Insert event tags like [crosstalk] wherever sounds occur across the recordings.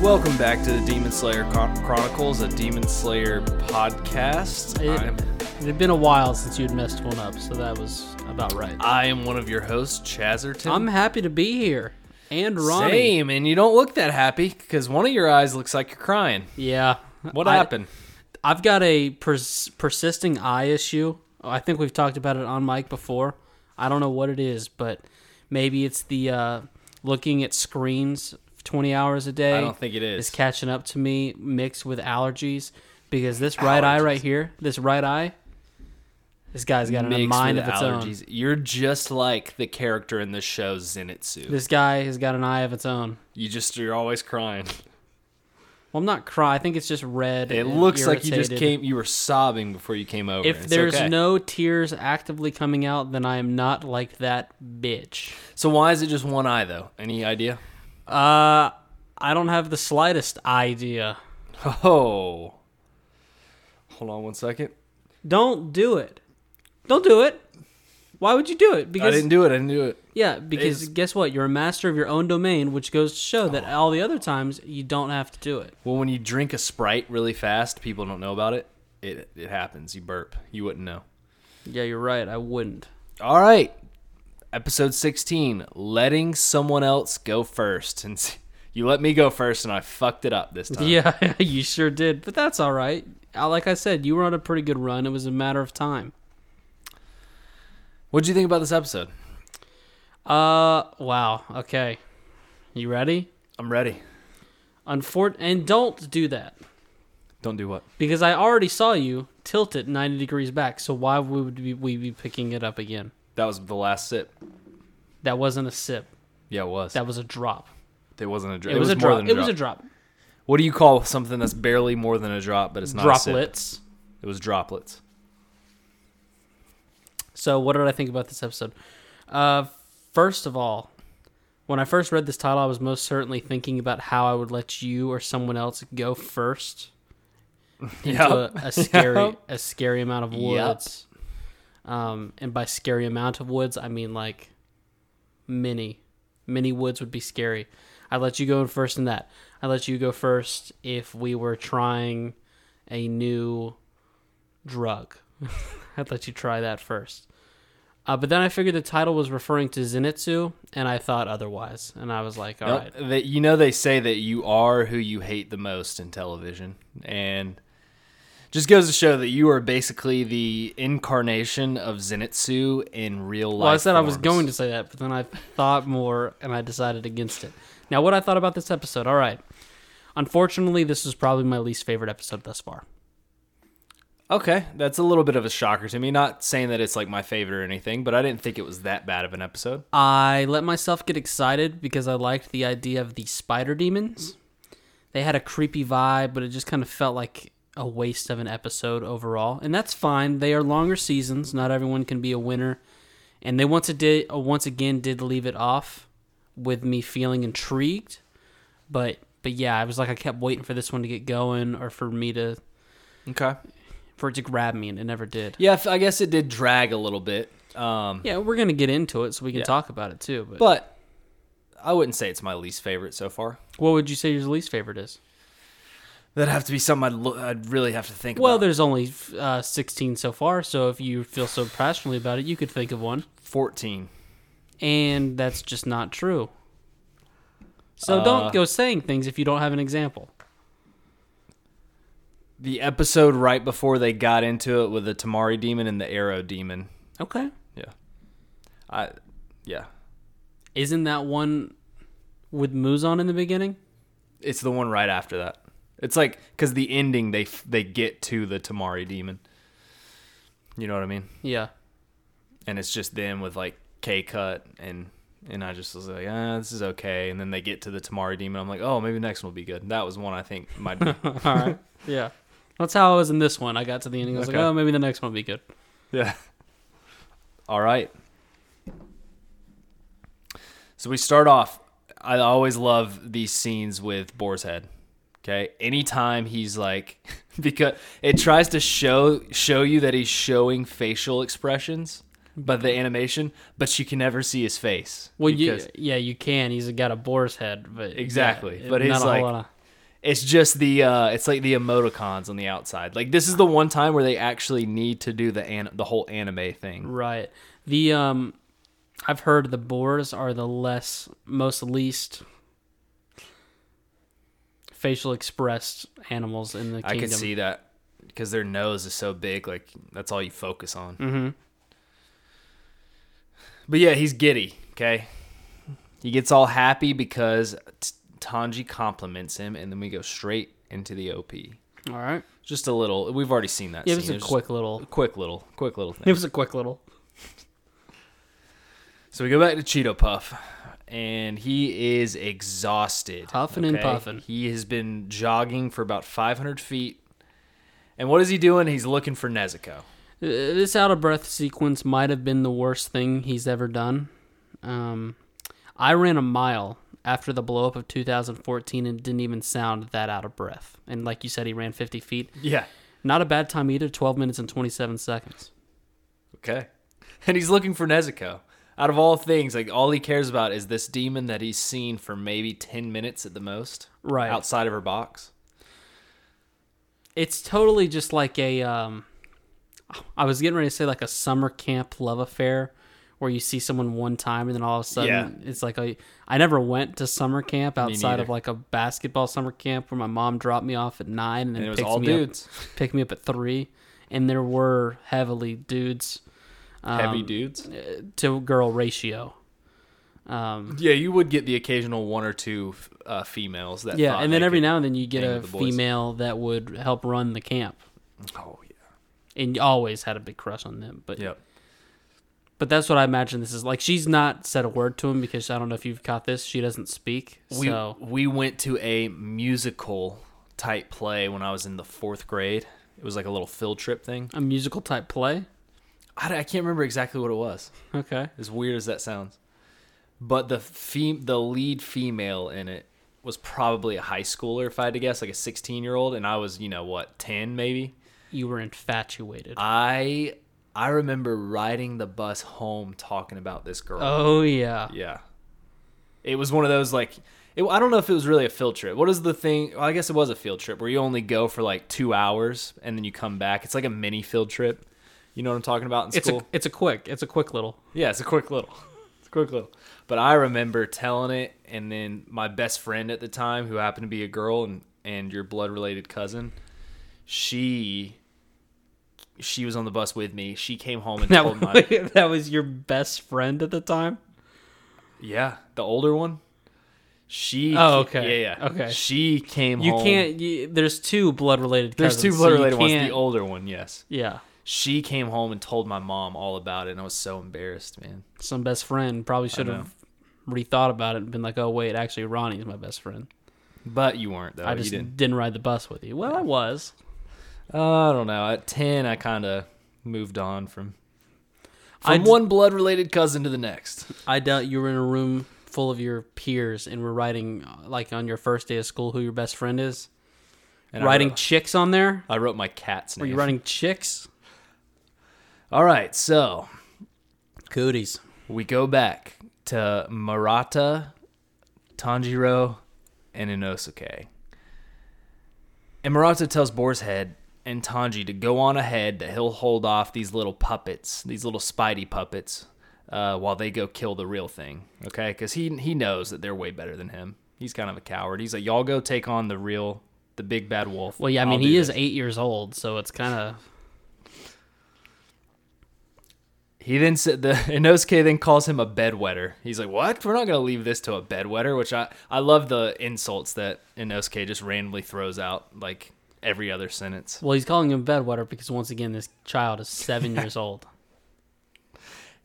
Welcome back to the Demon Slayer Chron- Chronicles, a Demon Slayer podcast. It- I'm, It had been a while since you'd messed one up, so that was about right. I am one of your hosts, Chazerton. I'm happy to be here. And Ronnie. Same, and you don't look that happy because one of your eyes looks like you're crying. Yeah. What I- happened? I've got a pers- persisting eye issue. I think we've talked about it on mic before. I don't know what it is, but maybe it's the uh, looking at screens 20 hours a day. I don't think it is. Is catching up to me mixed with allergies because this right eye right here, this right eye, this guy's got a Mixed mind with of its own. allergies. You're just like the character in the show Zenitsu. This guy has got an eye of its own. You just you're always crying. Well, I'm not cry. I think it's just red. It and looks like you just irritated. came. You were sobbing before you came over. If It's there's okay. no tears actively coming out, then I am not like that bitch. so why is it just one eye though? Any idea? [laughs] Uh, I don't have the slightest idea. Oh, hold on one second. Don't do it. Don't do it. Why would you do it? I Because didn't do it. I didn't do it. Oh. yeah, because it's- guess what? You're a master of your own domain, which goes to show that all the other times you don't have to do it. Well, when you drink a Sprite really fast, people don't know about it. It it happens. You burp. You wouldn't know. Yeah, you're right. I wouldn't. All right. Episode 16, letting someone else go first. And [laughs] s- you let me go first and I fucked it up this time. [laughs] Yeah, you sure did. But that's all right. Uh, Like I said, you were on a pretty good run. It was a matter of time. What'd you think about this episode? Uh, wow. Okay. You ready? I'm ready. Unfort and don't do that Don't do what? because I already saw you tilt it 90 degrees back. So why would we, we be picking it up again? That was the last sip. That wasn't a sip. Yeah, it was. That was a drop. it wasn't a drop. It, was, a more drop. than It was a drop. What do you call something that's barely more than a drop, but it's not a sip? Droplets. It was droplets. So what did I think about this episode? Uh, first of all, when I first read this title, I was most certainly thinking about how I would let you or someone else go first. [laughs] into a, a scary Yep. a scary amount of Yep. woods. Um, and by scary amount of woods, I mean like many, many woods would be scary. I let you go first in that. I let you go first if we were trying a new drug. [laughs] I'd let you try that first. Uh, but then I figured the title was referring to Zenitsu, and I thought otherwise. And I was like, all right. Nope. They- you know they say that you are who you hate the most in television, and just goes to show that you are basically the incarnation of Zenitsu in real life. Well, I said I was going to say that, but then I thought more and I decided against it. Now, what I thought about this episode, all right. Unfortunately, this is probably my least favorite episode thus far. Okay, that's a little bit of a shocker to me. Not saying that it's like my favorite or anything, but I didn't think it was that bad of an episode. I let myself get excited because I liked the idea of the spider demons. They had a creepy vibe, but it just kind of felt like a waste of an episode overall. And that's fine. They are longer seasons. Not everyone can be a winner. And they once a did uh, once again did leave it off with me feeling intrigued. But but yeah, I was like I kept waiting for this one to get going or for me to Okay. for it to grab me and it never did. Yeah, I guess it did drag a little bit, um, Yeah, we're gonna get into it so we can talk about it too. But, but I wouldn't say it's my least favorite so far. what would you say your least favorite is? That'd have to be something I'd, lo- I'd really have to think Well, about. there's only uh, 16 so far, so if you feel so passionately about it, you could think of one. Fourteen. And that's just not true. So Uh. don't go saying things if you don't have an example. the episode right before they got into it with the Tamari demon and the Arrow demon. Okay. Yeah. I yeah. Isn't that one with Muzon in the beginning? It's the one right after that. It's like cuz the ending they f- they get to the Tamari demon. You know what I mean? [laughs] Yeah. And it's just them with like K-cut and and I just was like, "Ah, this is okay." And then they get to the Tamari demon. I'm like, "Oh, maybe the next one will be good." That was one I think might be. All right. yeah. That's how I was in this one. I got to the ending. I was Okay. like, oh, maybe the next one will be good. Yeah. All right. So we start off. I always love these scenes with Boar's Head. Okay. Anytime he's like, [laughs] because it tries to show show you that he's showing facial expressions, but the animation, but you can never see his face. Well, you, because- yeah, you can. He's got a boar's head, but yeah, Exactly. it- But not he's a whole like- lot of- It's just the uh, it's like the emoticons on the outside. Like this is the one time where they actually need to do the an- the whole anime thing. Right. The um, I've heard the boars are the less, most least facial expressed animals in the kingdom. I could see that because their nose is so big. Like that's all you focus on. Mhm. But yeah, he's giddy. Okay, he gets all happy because t- Tanji compliments him, and then we go straight into the OP. All right. Just a little. We've already seen that. Yeah, it scene. was a It's quick little. just- quick little, quick little thing. It was a quick little. So we go back to Cheeto Puff, and he is exhausted. Huffing and puffing. He has been jogging for about 500 feet. And what is he doing? He's looking for Nezuko. Uh, This out of breath sequence might have been the worst thing he's ever done. Um, I ran a mile after the blow up of 2014 and didn't even sound that out of breath. And like you said, he ran 50 feet. Yeah. Not a bad time either. 12 minutes and 27 seconds. Okay. And he's looking for Nezuko. Out of all things, like all he cares about is this demon that he's seen for maybe 10 minutes at the most. Right. Outside of her box. It's totally just like a. Um, I was getting ready to say like a summer camp love affair, where you see someone one time and then all of a sudden it's like a. I never went to summer camp outside of neither. like a basketball summer camp where my mom dropped me off at nine and, then And it was picked all me dudes. up, [laughs] picked me up at three, and there were heavily dudes Um, Heavy dudes. to girl ratio. Um, Yeah, you would get the occasional one or two uh, females that. yeah, thought and then they every could- now and then you get hang a with the boys. female that would help run the camp, Oh, yeah. and you always had a big crush on them. But Yep. But that's what I imagine this is like. She's not said a word to him because I don't know if you've caught this. She doesn't speak. we so we went to a musical type play when I was in the fourth grade. It was like a little field trip thing. a musical type play. I, I can't remember exactly what it was. Okay. As weird as that sounds, but the fem- the lead female in it was probably a high schooler, if I had to guess, like a sixteen year old, and I was you know what ten maybe. You were infatuated. I I remember riding the bus home talking about this girl. oh yeah. Yeah. It was one of those like it, I don't know if it was really a field trip. What is the thing? Well, I guess it was a field trip where you only go for like two hours and then you come back. It's like a mini field trip. You know what I'm talking about in It's school? a it's a quick it's a quick little. [laughs] yeah, it's a quick little, [laughs] it's a quick little. But I remember telling it, and then my best friend at the time, who happened to be a girl and and your blood related cousin, she she was on the bus with me. She came home and [laughs] That told Oh, my was, that was your best friend at the time. Yeah, the older one. She. Oh, okay. Yeah, yeah. Okay. She came. You home. can't. You, there's two blood related. There's two blood related ones. The old. older one, yes. Yeah. She came home and told my mom all about it, and I was so embarrassed, man. Some best friend probably should have rethought about it and been like, oh wait, actually Ronnie's my best friend. But you weren't though. I just Oh, you didn't. didn't. ride the bus with you. Well, I was. Uh, I don't know. At ten, I kind of moved on from from I d- one blood related cousin to the next. I doubt you were in a room full of your peers and were writing uh, like on your first day of school who your best friend is. And I writing wrote- chicks on there? I wrote my cat's Were name. you writing chicks? All right, so Cooties. we go back to Murata, Tanjiro, and Inosuke. And Murata tells Boar's Head and Tanji to go on ahead, that he'll hold off these little puppets, these little Spidey puppets, uh, while they go kill the real thing. Okay? Because he, he knows that they're way better than him. He's kind of a coward. He's like, y'all go take on the real, the big bad wolf. Well, yeah, I I'll mean, do he this." is eight years old, so it's kind of. He then said the [laughs] Inosuke then calls him a bedwetter. He's like, "What? We're not gonna leave this to a bedwetter." Which I I love the insults that Inosuke just randomly throws out like every other sentence. Well, he's calling him bedwetter because, once again, this child [laughs] is seven years old.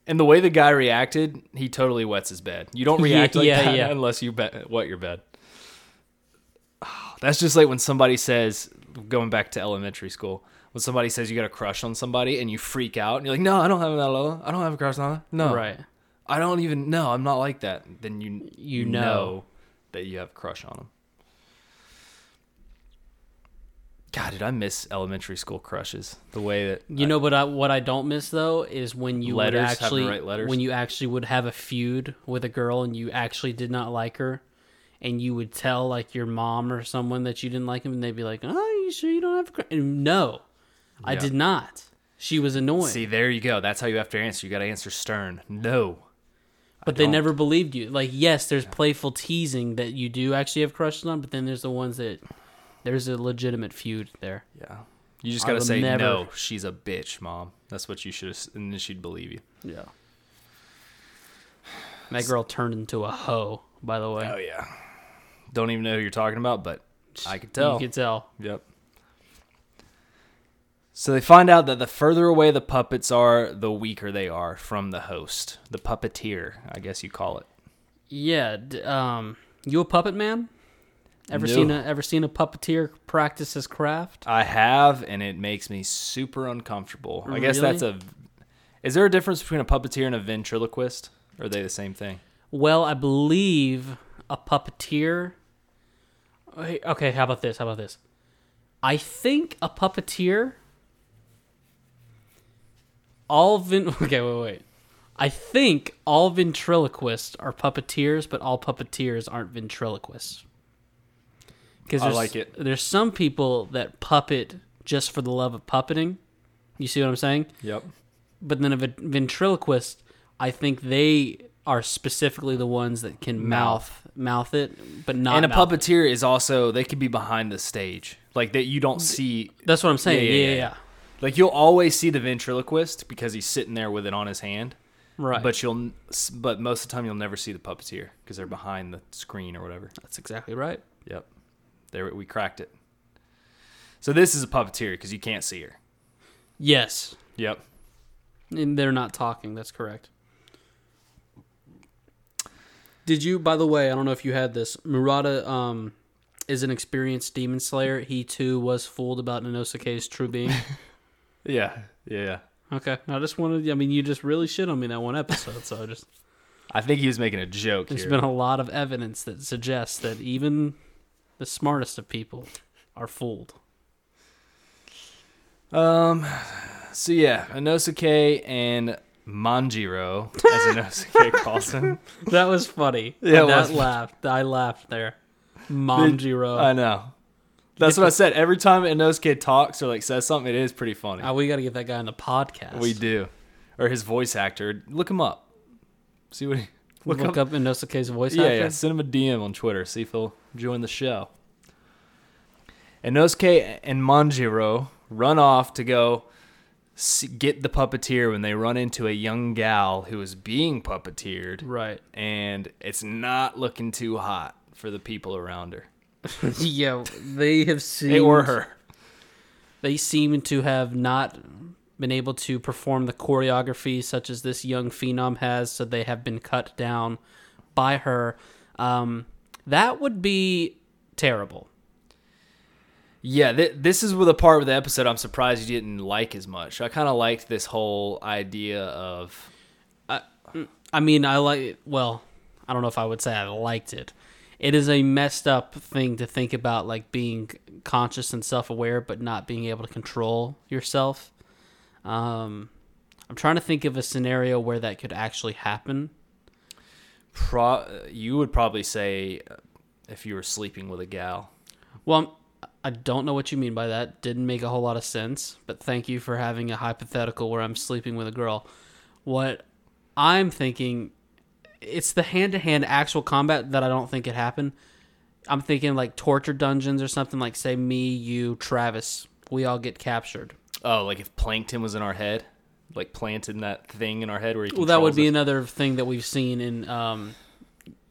And the way the guy reacted, he totally wets his bed. You don't [laughs] Yeah, react like yeah, that yeah. unless you bet wet your bed. [sighs] Ah, That's just like when somebody says, going back to elementary school, when somebody says you got a crush on somebody and you freak out and you're like, "No, I don't have that. I don't have a crush on her. No, Right. I don't even know. I'm not like that. Then you You know. that you have a crush on him. God, did I miss elementary school crushes? The way that You know, but I, what I don't miss though is when you Letters, would having to actually write letters. when you actually would have a feud with a girl and you actually did not like her, and you would tell like your mom or someone that you didn't like him, and they'd be like, "Oh, you sure you don't have a?" Cr-? And no, I Yeah. did not. She was annoyed, See, there you go. That's how you have to answer. You got to answer stern. No. but they don't. never believed you. Like, yes, there's playful teasing that you do actually have crushes on, but then there's the ones that there's a legitimate feud there. Yeah. You just I got to will say never- no. She's a bitch, mom. That's what you should, and then she'd believe you. Yeah. That girl turned into a hoe, by the way. Oh yeah. Don't even know who you're talking about, but I could tell. You could tell. Yep. So they find out that the further away the puppets are, the weaker they are from the host, the puppeteer, I guess you call it. Yeah. D- um, you a puppet man? Ever No. seen a ever seen a puppeteer practice his craft? I have, and it makes me super uncomfortable. I guess that's a. Is there a difference between a puppeteer and a ventriloquist? Or are they the same thing? Well, I believe a puppeteer. Okay, okay, how about this? How about this? I think a puppeteer. All vin. [laughs] Okay, wait, wait. I think all ventriloquists are puppeteers, but all puppeteers aren't ventriloquists. Because I like it. There's some people that puppet just for the love of puppeting. You see what I'm saying? Yep. but then a ven- ventriloquist, I think they are specifically the ones that can mouth mouth it, but not And a mouth it. puppeteer is also they could be behind the stage, like that you don't see. That's what I'm saying. Yeah, Yeah, yeah, yeah, yeah. Like you'll always see the ventriloquist because he's sitting there with it on his hand. right. But But you'll, but most of the time you'll never see the puppeteer because they're behind the screen or whatever. that's exactly right. Yep, there we cracked it. So this is a puppeteer because you can't see her. Yes, Yep. and they're not talking. That's correct. Did you? By the way, I don't know if you had this. Murata um, is an experienced demon slayer. He too was fooled about Inosuke's true [laughs] being. Yeah. Yeah. okay, I just wanted. I mean, you just really shit on me that one episode. So I just. I think he was making a joke There's here. been a lot of evidence that suggests that even the smartest of people are fooled. Um, so yeah, Inosuke and Manjiro, as [laughs] Inosuke calls him. That was funny. [laughs] Yeah, it that was. laughed. I laughed there. Manjiro. I know. That's what I said. Every time Inosuke talks or like says something, it is pretty funny. Ah, we got to get that guy on the podcast. we do, or his voice actor. Look him up. See what he Look, up, Inosuke's voice Yeah, actor. yeah. Send him a DM on Twitter. See if he'll join the show. Inosuke and Manjiro run off to go s- get the puppeteer when they run into a young gal who is being puppeteered, Right. and it's not looking too hot for the people around her [laughs] yeah, they have seen. They or her. They seem to have not been able to perform the choreography such as this young phenom has, so they have been cut down by her. Um, that would be terrible. Yeah, th- this is the part of the episode I'm surprised you didn't like as much. I kind of liked this whole idea of I mean, I like. Well, I don't know if I would say I liked it. It is a messed up thing to think about, like being conscious and self aware, but not being able to control yourself. Um, I'm trying to think of a scenario where that could actually happen. pro. You would probably say uh, if you were sleeping with a gal. Well, I'm, I don't know what you mean by that. Didn't make a whole lot of sense, but thank you for having a hypothetical where I'm sleeping with a girl. What I'm thinking, it's the hand to hand actual combat that I don't think could happen. I'm thinking like torture dungeons or something like, say, me, you, Travis, we all get captured. Oh, like if plankton was in our head, like planting that thing in our head where he. Well, that would controls be us. another thing that we've seen in, um,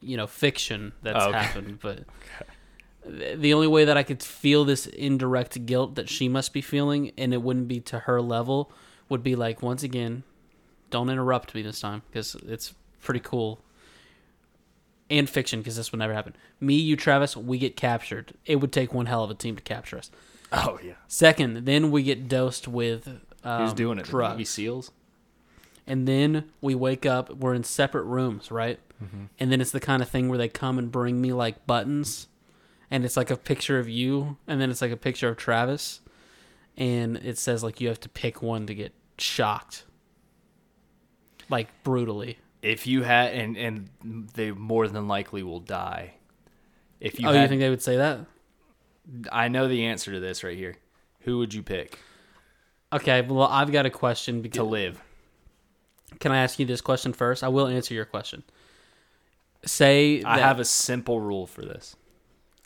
you know, fiction that's Oh, okay. happened. But th- the only way that I could feel this indirect guilt that she must be feeling, and it wouldn't be to her level, would be like once again, don't interrupt me this time because it's pretty cool. And fiction because this would never happen. Me, you, Travis, we get captured. It would take one hell of a team to capture us. [laughs] Oh yeah. Second, then we get dosed with um, Who's doing it? The Drugs Navy Seals. and then we wake up we're in separate rooms right Mm-hmm. and then it's the kind of thing where they come and bring me like buttons and it's like a picture of you and then it's like a picture of travis and it says like you have to pick one to get shocked like brutally If you had, and and they more than likely will die. If you, oh, had, you think they would say that? I know the answer to this right here. Who would you pick Okay, well, I've got a question. to Because, live? can I ask you this question first? I will answer your question. Say I that- have a simple rule for this.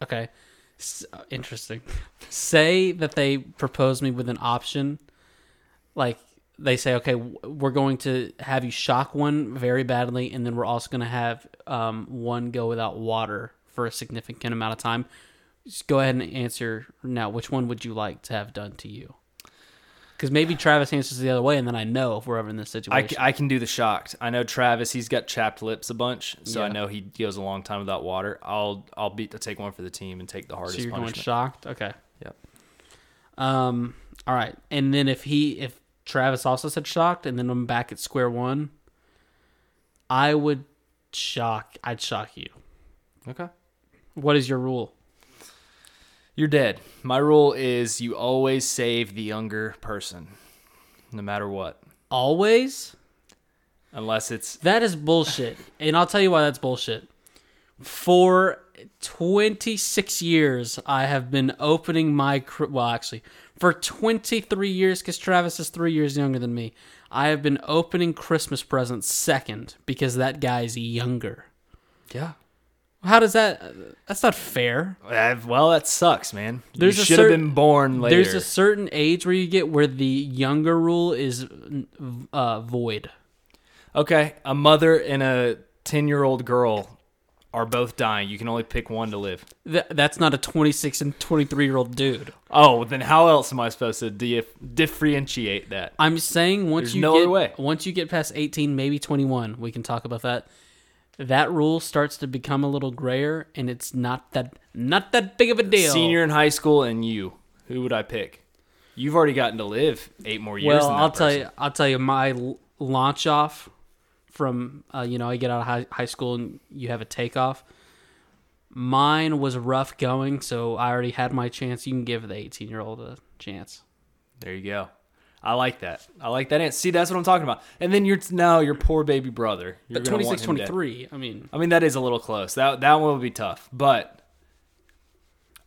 Okay. S- uh, interesting. say that they propose me with an option. Like, they say, okay, w- we're going to have you shock one very badly, and then we're also going to have um, one go without water for a significant amount of time. Just go ahead and answer now. Which one would you like to have done to you? Because maybe Travis answers the other way, and then I know if we're ever in this I, situation. c- I can do the shocked. I know Travis. He's got chapped lips a bunch, so I Yeah. know he goes a long time without water. I'll I'll be I'll take one for the team and take the hardest so you're punishment. going shocked? Okay. Yep. Um. All right, and then if he if Travis also said shocked, and then I'm back at square one, I would shock. I'd shock you. Okay. What is your rule? You're dead. My rule is you always save the younger person, no matter what, Always. unless it's That is bullshit, and I'll tell you why that's bullshit. For 26 years, I have been opening my cr- well, actually, for 23 years, because Travis is three years younger than me. I have been opening Christmas presents second because that guy's younger. yeah. How does that? That's not fair. eh, Well, that sucks, man. There's you a should have certain- been born later. There's a certain age where you get where the younger rule is uh, void. Okay, a mother and a ten-year-old girl are both dying. You can only pick one to live. Th- that's not a 26 and 23 year old dude. Oh, then how else am I supposed to di- differentiate that? I'm saying once There's you no get other way. once you get past 18, maybe 21, we can talk about that. That rule starts to become a little grayer, and it's not that not that big of a deal. Senior in high school and you, who would I pick? You've already gotten to live eight more years. Well, than that I'll tell person. you. I'll tell you my l- launch off from uh, you know I get out of high, high school and you have a takeoff. Mine was rough going, so I already had my chance. You can give the eighteen year old a chance. There you go. I like that. I like that answer. See, that's what I'm talking about. And then you're now your poor baby brother. You're But gonna want 26, him dead. 23, I mean, I mean, that is a little close. That that one would be tough. But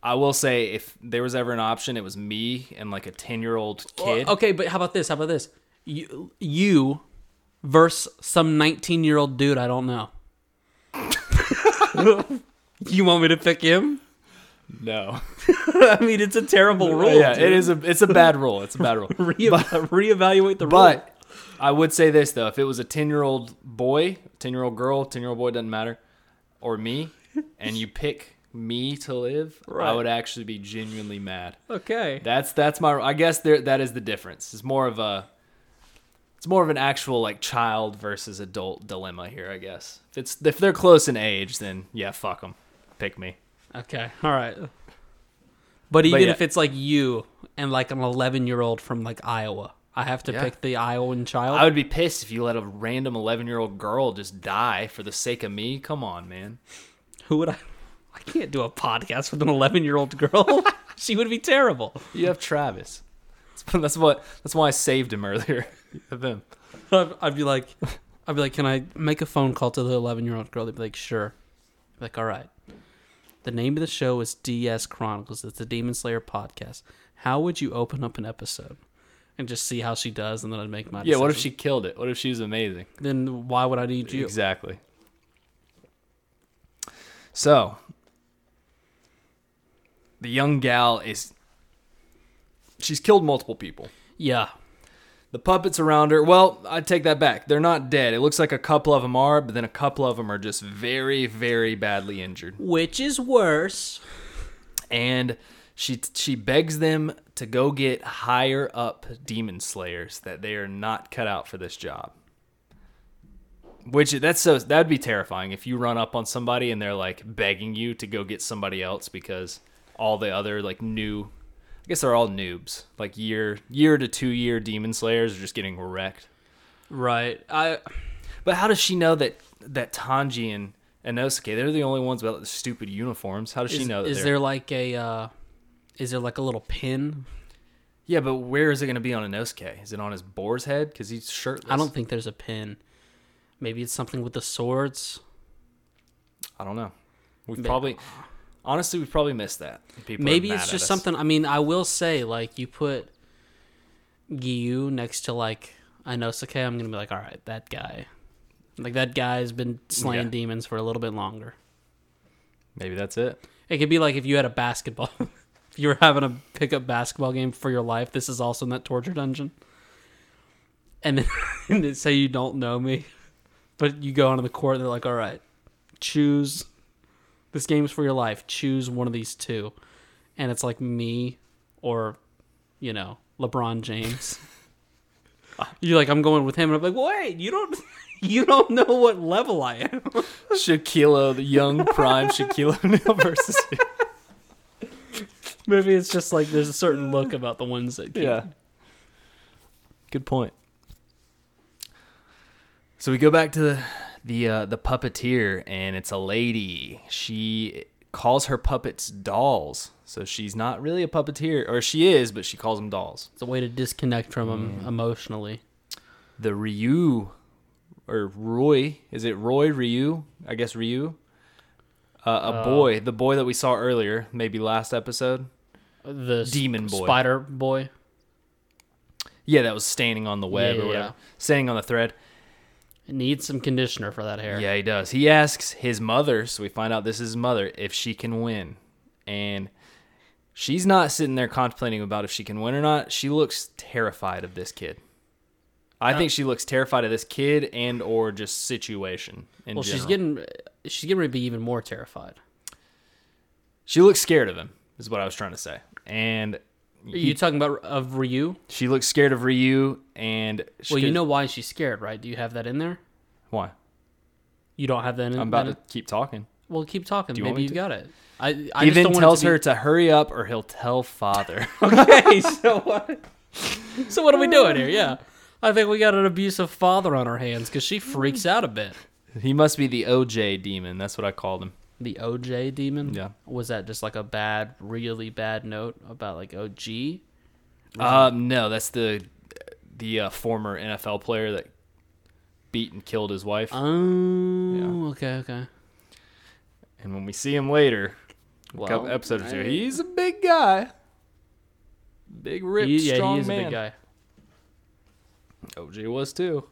I will say, if there was ever an option, it was me and like a ten year old kid. okay. But how about this? How about this? You, you versus some nineteen year old dude I don't know. [laughs] you want me to pick him? [laughs] No, I mean, it's a terrible rule. [laughs] yeah, it dude. is a it's a bad rule. It's a bad rule. [laughs] Re- [laughs] reevaluate the rule. But I would say this though, if it was a ten year old boy, ten year old girl, ten year old boy doesn't matter, or me, and you pick me to live, Right. I would actually be genuinely mad. Okay. That's that's my. I guess there that is the difference. It's more of a. It's more of an actual like child versus adult dilemma here. I guess if it's if they're close in age, then yeah, fuck them, pick me. okay. All right. But even yeah. if it's like you and like an 11 year old from like Iowa, I have to Yeah. pick the Iowan child. I would be pissed if you let a random eleven year old girl just die for the sake of me. Come on, man. Who would I? [laughs] I can't do a podcast with an 11 year old girl. [laughs] she would be terrible. You have Travis. That's what. That's why I saved him earlier. [laughs] You have him. I'd, I'd be like, I'd be like, can I make a phone call to the 11 year old girl? They'd be like, sure. I'd be like, all right. The name of the show is DS Chronicles. It's the Demon Slayer podcast. How would you open up an episode? And just see how she does, and then I'd make my Yeah. What if decision. she killed it? What if she was amazing? Then why would I need you? Exactly. So, the young gal is. She's killed multiple people. Yeah. The puppets around her. Well, I take that back. They're not dead. It looks like a couple of them are, but then a couple of them are just very, very badly injured. Which is worse? And she she begs them to go get higher up demon slayers that they are not cut out for this job. Which that's so that'd be terrifying if you run up on somebody and they're like begging you to go get somebody else because all the other like new I guess they're all noobs. Like year year to two year demon slayers are just getting wrecked. Right. I But how does she know that that Tanji and Inosuke, they're the only ones without the stupid uniforms. How does is, she know that is they're- there like a uh is there like a little pin? Yeah, but where is it going to be on a Inosuke? Is it on his boar's head? Because he's shirtless. I don't think there's a pin. Maybe it's something with the swords. I don't know. We've Ba- probably. Honestly, we probably missed that. People are Maybe mad it's at just us. something. I mean, I will say, like, you put Giyu next to, like, Inosuke, I'm going to be like, all right, that guy. Like, that guy's been slaying Yeah. demons for a little bit longer. Maybe that's it. It could be like if you had a basketball. [laughs] if you were having a pickup basketball game for your life, this is also in that torture dungeon. And then [laughs] and they say you don't know me, but you go onto the court and they're like, all right, choose. This game's for your life. Choose one of these two. And it's like me or, you know, LeBron James. [laughs] You're like, I'm going with him. And I'm like, wait, you don't. [laughs] You don't know what level I am. [laughs] Shaquille, the young prime Shaquille O'Neal [laughs] versus Maybe it's just like there's a certain look about the ones that keep yeah. Good point. So we go back to the the, uh, the puppeteer, and it's a lady. She calls her puppets dolls, so she's not really a puppeteer, or she is, but she calls them dolls. It's a way to disconnect from them emotionally. The Ryu, or Roy, is it Roy Ryu? I guess Ryu. Uh, a Oh. boy, the boy that we saw earlier, maybe last episode. The sp- Demon boy. spider boy. Yeah, that was standing on the web Yeah, or yeah, whatever, yeah. standing on the thread. It needs some conditioner for that hair. Yeah, he does. He asks his mother, so we find out this is his mother, if she can win. And she's not sitting there contemplating about if she can win or not. She looks terrified of this kid. Uh, I think she looks terrified of this kid and or just situation in well, general. she's getting she's getting ready to be even more terrified. she looks scared of him, is what I was trying to say. And Are you talking about of Ryu? she looks scared of Ryu and she Well, you could- know why she's scared, right? Do you have that in there? why? You don't have that in. I'm about that to in- keep talking. Well, keep talking. you want Maybe me you've to? got it. I, I he just then don't tells her want to hurry up or he'll tell father. [laughs] it to be, her. okay, so what? [laughs] So what are we doing [laughs] here? Yeah, I think we got an abusive father on our hands because [laughs] she freaks out a bit. he must be the OJ demon. That's what I called him. The OJ demon? Yeah. Was that just like a bad, really bad note about like OG? Um, no, that's the the uh, former NFL player that beat and killed his wife. Oh, Yeah. okay, okay. and when we see him later, a couple Well, episodes or two, he's a big guy, big ripped, He- yeah, strong he is man. a big guy. OJ was too.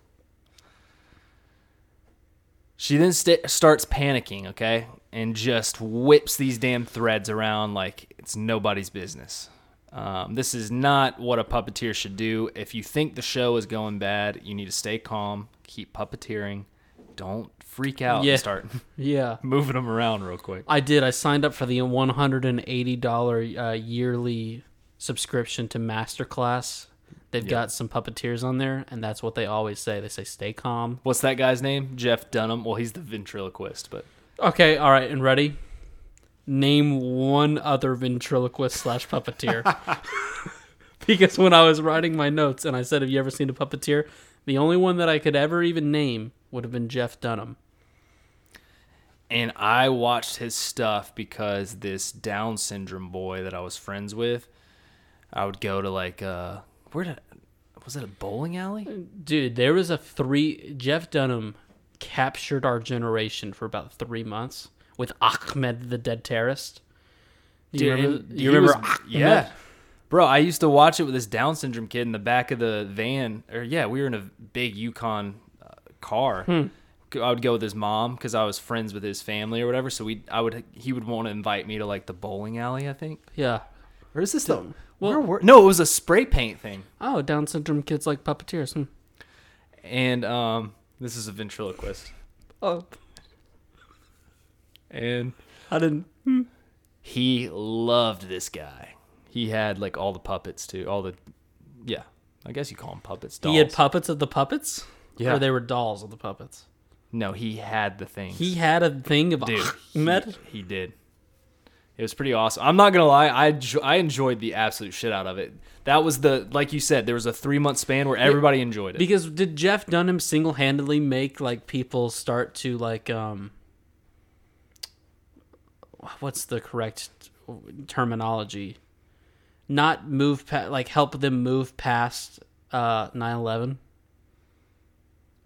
She then sta starts panicking, okay, and just whips these damn threads around like it's nobody's business. Um, this is not what a puppeteer should do. If you think the show is going bad, you need to stay calm, keep puppeteering, don't freak out Yeah. and start [laughs] Yeah. moving them around real quick. I did. I signed up for the $180 uh, yearly subscription to Masterclass. They've got some puppeteers on there, and that's what they always say. They say, stay calm. What's that guy's name? Jeff Dunham. Well, he's the ventriloquist, but Okay, all right, and ready? Name one other ventriloquist [laughs] slash puppeteer. because when I was writing my notes and I said, Have you ever seen a puppeteer? The only one that I could ever even name would have been Jeff Dunham. and I watched his stuff because this Down syndrome boy that I was friends with, I would go to like uh where did was it a bowling alley? Dude, there was a three. Jeff Dunham captured our generation for about three months with Ahmed the Dead Terrorist. Do you Dude, remember? and Do you he remember? was- Ahmed? yeah, bro. I used to watch it with this Down syndrome kid in the back of the van, or yeah, we were in a big Yukon uh, car. Hmm. I would go with his mom because I was friends with his family or whatever. So we, I would, he would want to invite me to like the bowling alley, I think. Yeah. Or is this the? Well, no, it was a spray paint thing. Oh, Down syndrome kids like puppeteers. Hmm. and um, this is a ventriloquist, Oh, and I didn't. he loved this guy. He had like all the puppets too, all the, yeah, I guess you call them puppets. Dolls. He had puppets of the puppets? Yeah. Or they were dolls of the puppets. no, he had the thing. He had a thing of Dude, [laughs] Ahmed. He, he did. It was pretty awesome. I'm not gonna lie, I jo- I enjoyed the absolute shit out of it. That was the like you said, there was a three month span where everybody enjoyed it. Because did Jeff Dunham single handedly make like people start to like um what's the correct terminology? Not move past like help them move past uh 9/11.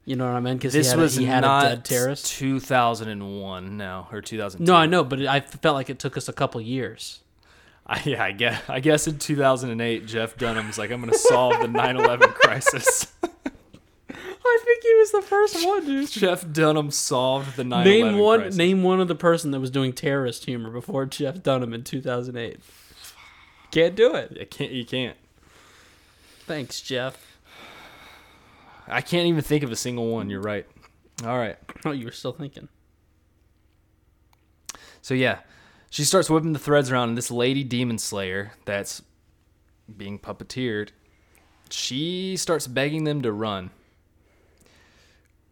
You know what I mean? Because This he had, was he had not a dead terrorist. 2001 now or 2002. No, I know, but I felt like it took us a couple years. I, yeah, I guess I guess in 2008 Jeff Dunham was like I'm going to solve the 9/11 crisis. [laughs] I think he was the first one, dude. Jeff Dunham solved the 9/11 Name one. crisis. Name one of the person that was doing terrorist humor before [laughs] Jeff Dunham in 2008. Can't do it. I can't you can't. Thanks, Jeff. I can't even think of a single one. You're right. All right. Oh, you were still thinking. So yeah, she starts whipping the threads around, and this lady demon slayer that's being puppeteered, she starts begging them to run.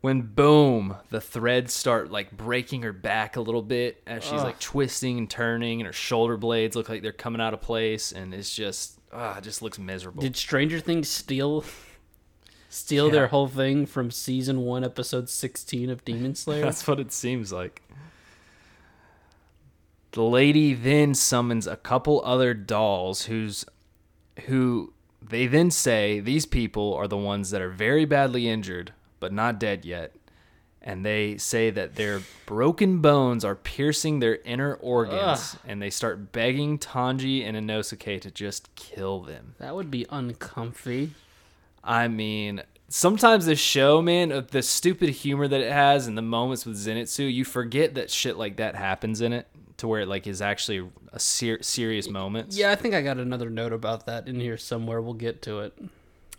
When boom, the threads start like breaking her back a little bit as she's like twisting and turning, and her shoulder blades look like they're coming out of place, and it's just ah, it just looks miserable. Did Stranger Things steal steal Yeah. their whole thing from season one, episode 16 of Demon [laughs] Slayer? [laughs] That's what it seems like. The lady then summons a couple other dolls who's who they then say these people are the ones that are very badly injured but not dead yet. And they say that their broken bones are piercing their inner organs and they start begging Tanji and Inosuke to just kill them. that would be uncomfy. I mean, sometimes the show, man, of the stupid humor that it has and the moments with Zenitsu, you forget that shit like that happens in it to where it like is actually a ser- serious moment. Yeah, I think I got another note about that in here somewhere. We'll get to it.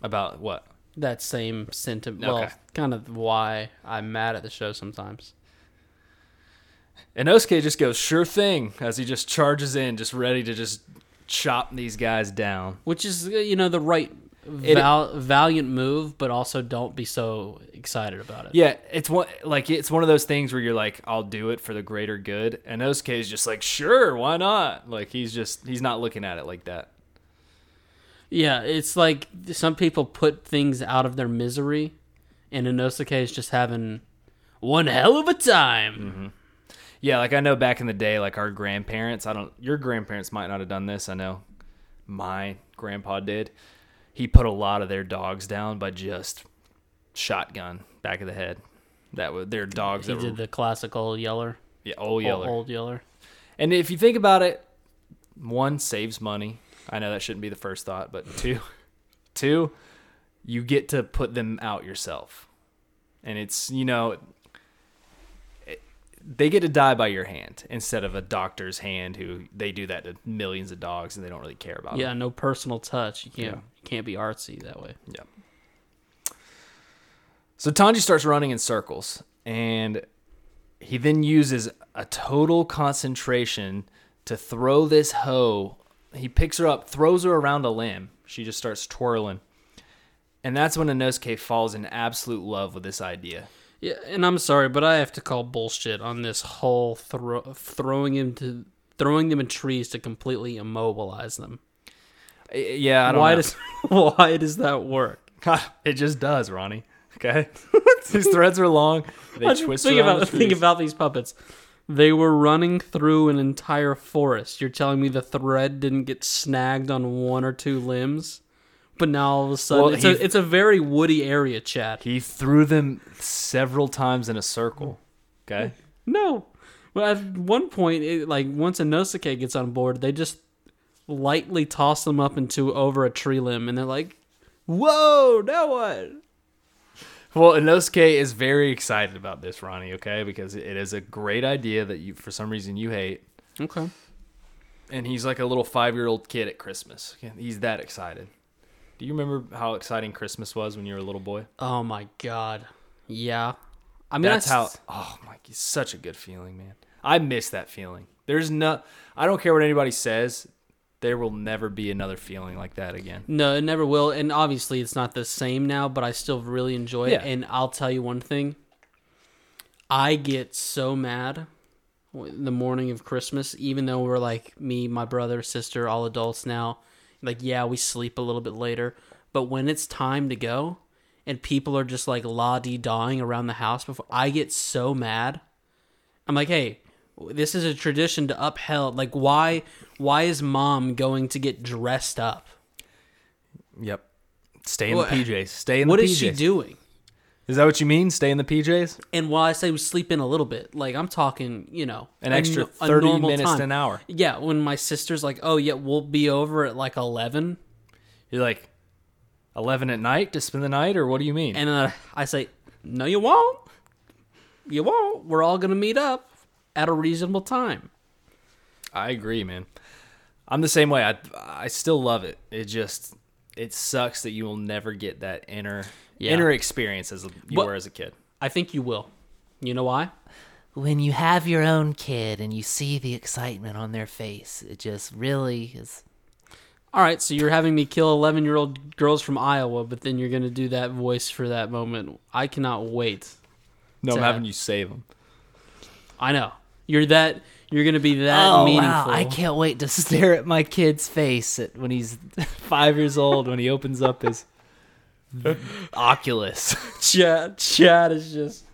About what? That same sentiment. Well, Okay. kind of why I'm mad at the show sometimes. And Osuke just goes, sure thing, as he just charges in, just ready to just chop these guys down. Which is, uh, you know, the right val- valiant move, but also don't be so excited about it. Yeah, it's one like it's one of those things where you're like, I'll do it for the greater good. And Osuke is just like, sure, why not? Like he's just he's not looking at it like that. Yeah, it's like some people put things out of their misery, and Inosuke is just having one hell of a time. Mm-hmm. Yeah, like I know back in the day, like our grandparents, I don't, your grandparents might not have done this. I know my grandpa did. He put a lot of their dogs down by just shotgun back of the head. That was their dogs. He That did were, the classical yeller, yeah, old yeller. old yeller. And if you think about it, one saves money. I know that shouldn't be the first thought, but two, [laughs] two, you get to put them out yourself, and it's you know, it- they get to die by your hand instead of a doctor's hand who they do that to millions of dogs and they don't really care about. Yeah, them. no personal touch. You can't Yeah. you can't be artsy that way. Yeah. So Tanji starts running in circles, and he then uses a total concentration to throw this hoe. He picks her up, throws her around a limb. She just starts twirling. And that's when Inosuke falls in absolute love with this idea. Yeah, and I'm sorry, but I have to call bullshit on this whole throw, throwing him to throwing them in trees to completely immobilize them. I- Yeah, I don't Why know. does [laughs] why does that work? [laughs] it just does, Ronnie. [laughs] Okay? These threads are long. They But twist think around about the think trees. about these puppets. They were running through an entire forest. You're telling me the thread didn't get snagged on one or two limbs, but now all of a sudden Well, it's, he- a, it's a very woody area, Chad. He threw them several times in a circle. Okay? Hmm. no, well at one point, it, like once Inosuke gets on board, they just lightly toss them up into over a tree limb, and they're like, "Whoa, now what?" Well, Inosuke is very excited about this, Ronnie, okay? Because it is a great idea that you, for some reason, you hate. Okay. And he's like a little five year old kid at Christmas. He's that excited. Do you remember how exciting Christmas was when you were a little boy? Oh my god. Yeah. I mean, I That's how. s- Oh, my. It's such a good feeling, man. I miss that feeling. There's no. I don't care what anybody says. There will never be another feeling like that again. No, it never will. And obviously, it's not the same now, but I still really enjoy Yeah. it. And I'll tell you one thing I get so mad w- the morning of Christmas, even though we're like me, my brother, sister, all adults now. Like, yeah, we sleep a little bit later. But when it's time to go and people are just like la di daing around the house before, I get so mad. I'm like, hey, this is a tradition to upheld. Like, why, why is mom going to get dressed up? Yep. Stay in Well, the PJs. Stay in What the PJs. is she doing? Is that what you mean? Stay in the PJs? And while I say we sleep in a little bit, like I'm talking, you know, An a extra no- a 30 normal minutes time. to an hour. Yeah, when my sister's like, "Oh yeah, we'll be over at like 11. You're like, 11 at night to spend the night, or what do you mean? and uh, I say, "No, you won't. You won't. We're all gonna meet up at a reasonable time." I agree, man. I'm the same way. I I still love it. It just it sucks that you will never get that inner Yeah. inner experience as a, you But- were as a kid. I think you will. You know why? when you have your own kid and you see the excitement on their face, it just really is. All right, so you're having me kill 11 year old girls from Iowa, but then you're gonna do that voice for that moment. I cannot wait. No, I'm To- having you save [laughs] them. I know you're that. You're gonna be that oh meaningful. wow! I can't wait to stare at my kid's face at, when he's [laughs] Five years old when he opens up [laughs] his Oculus. Chad, Chad is just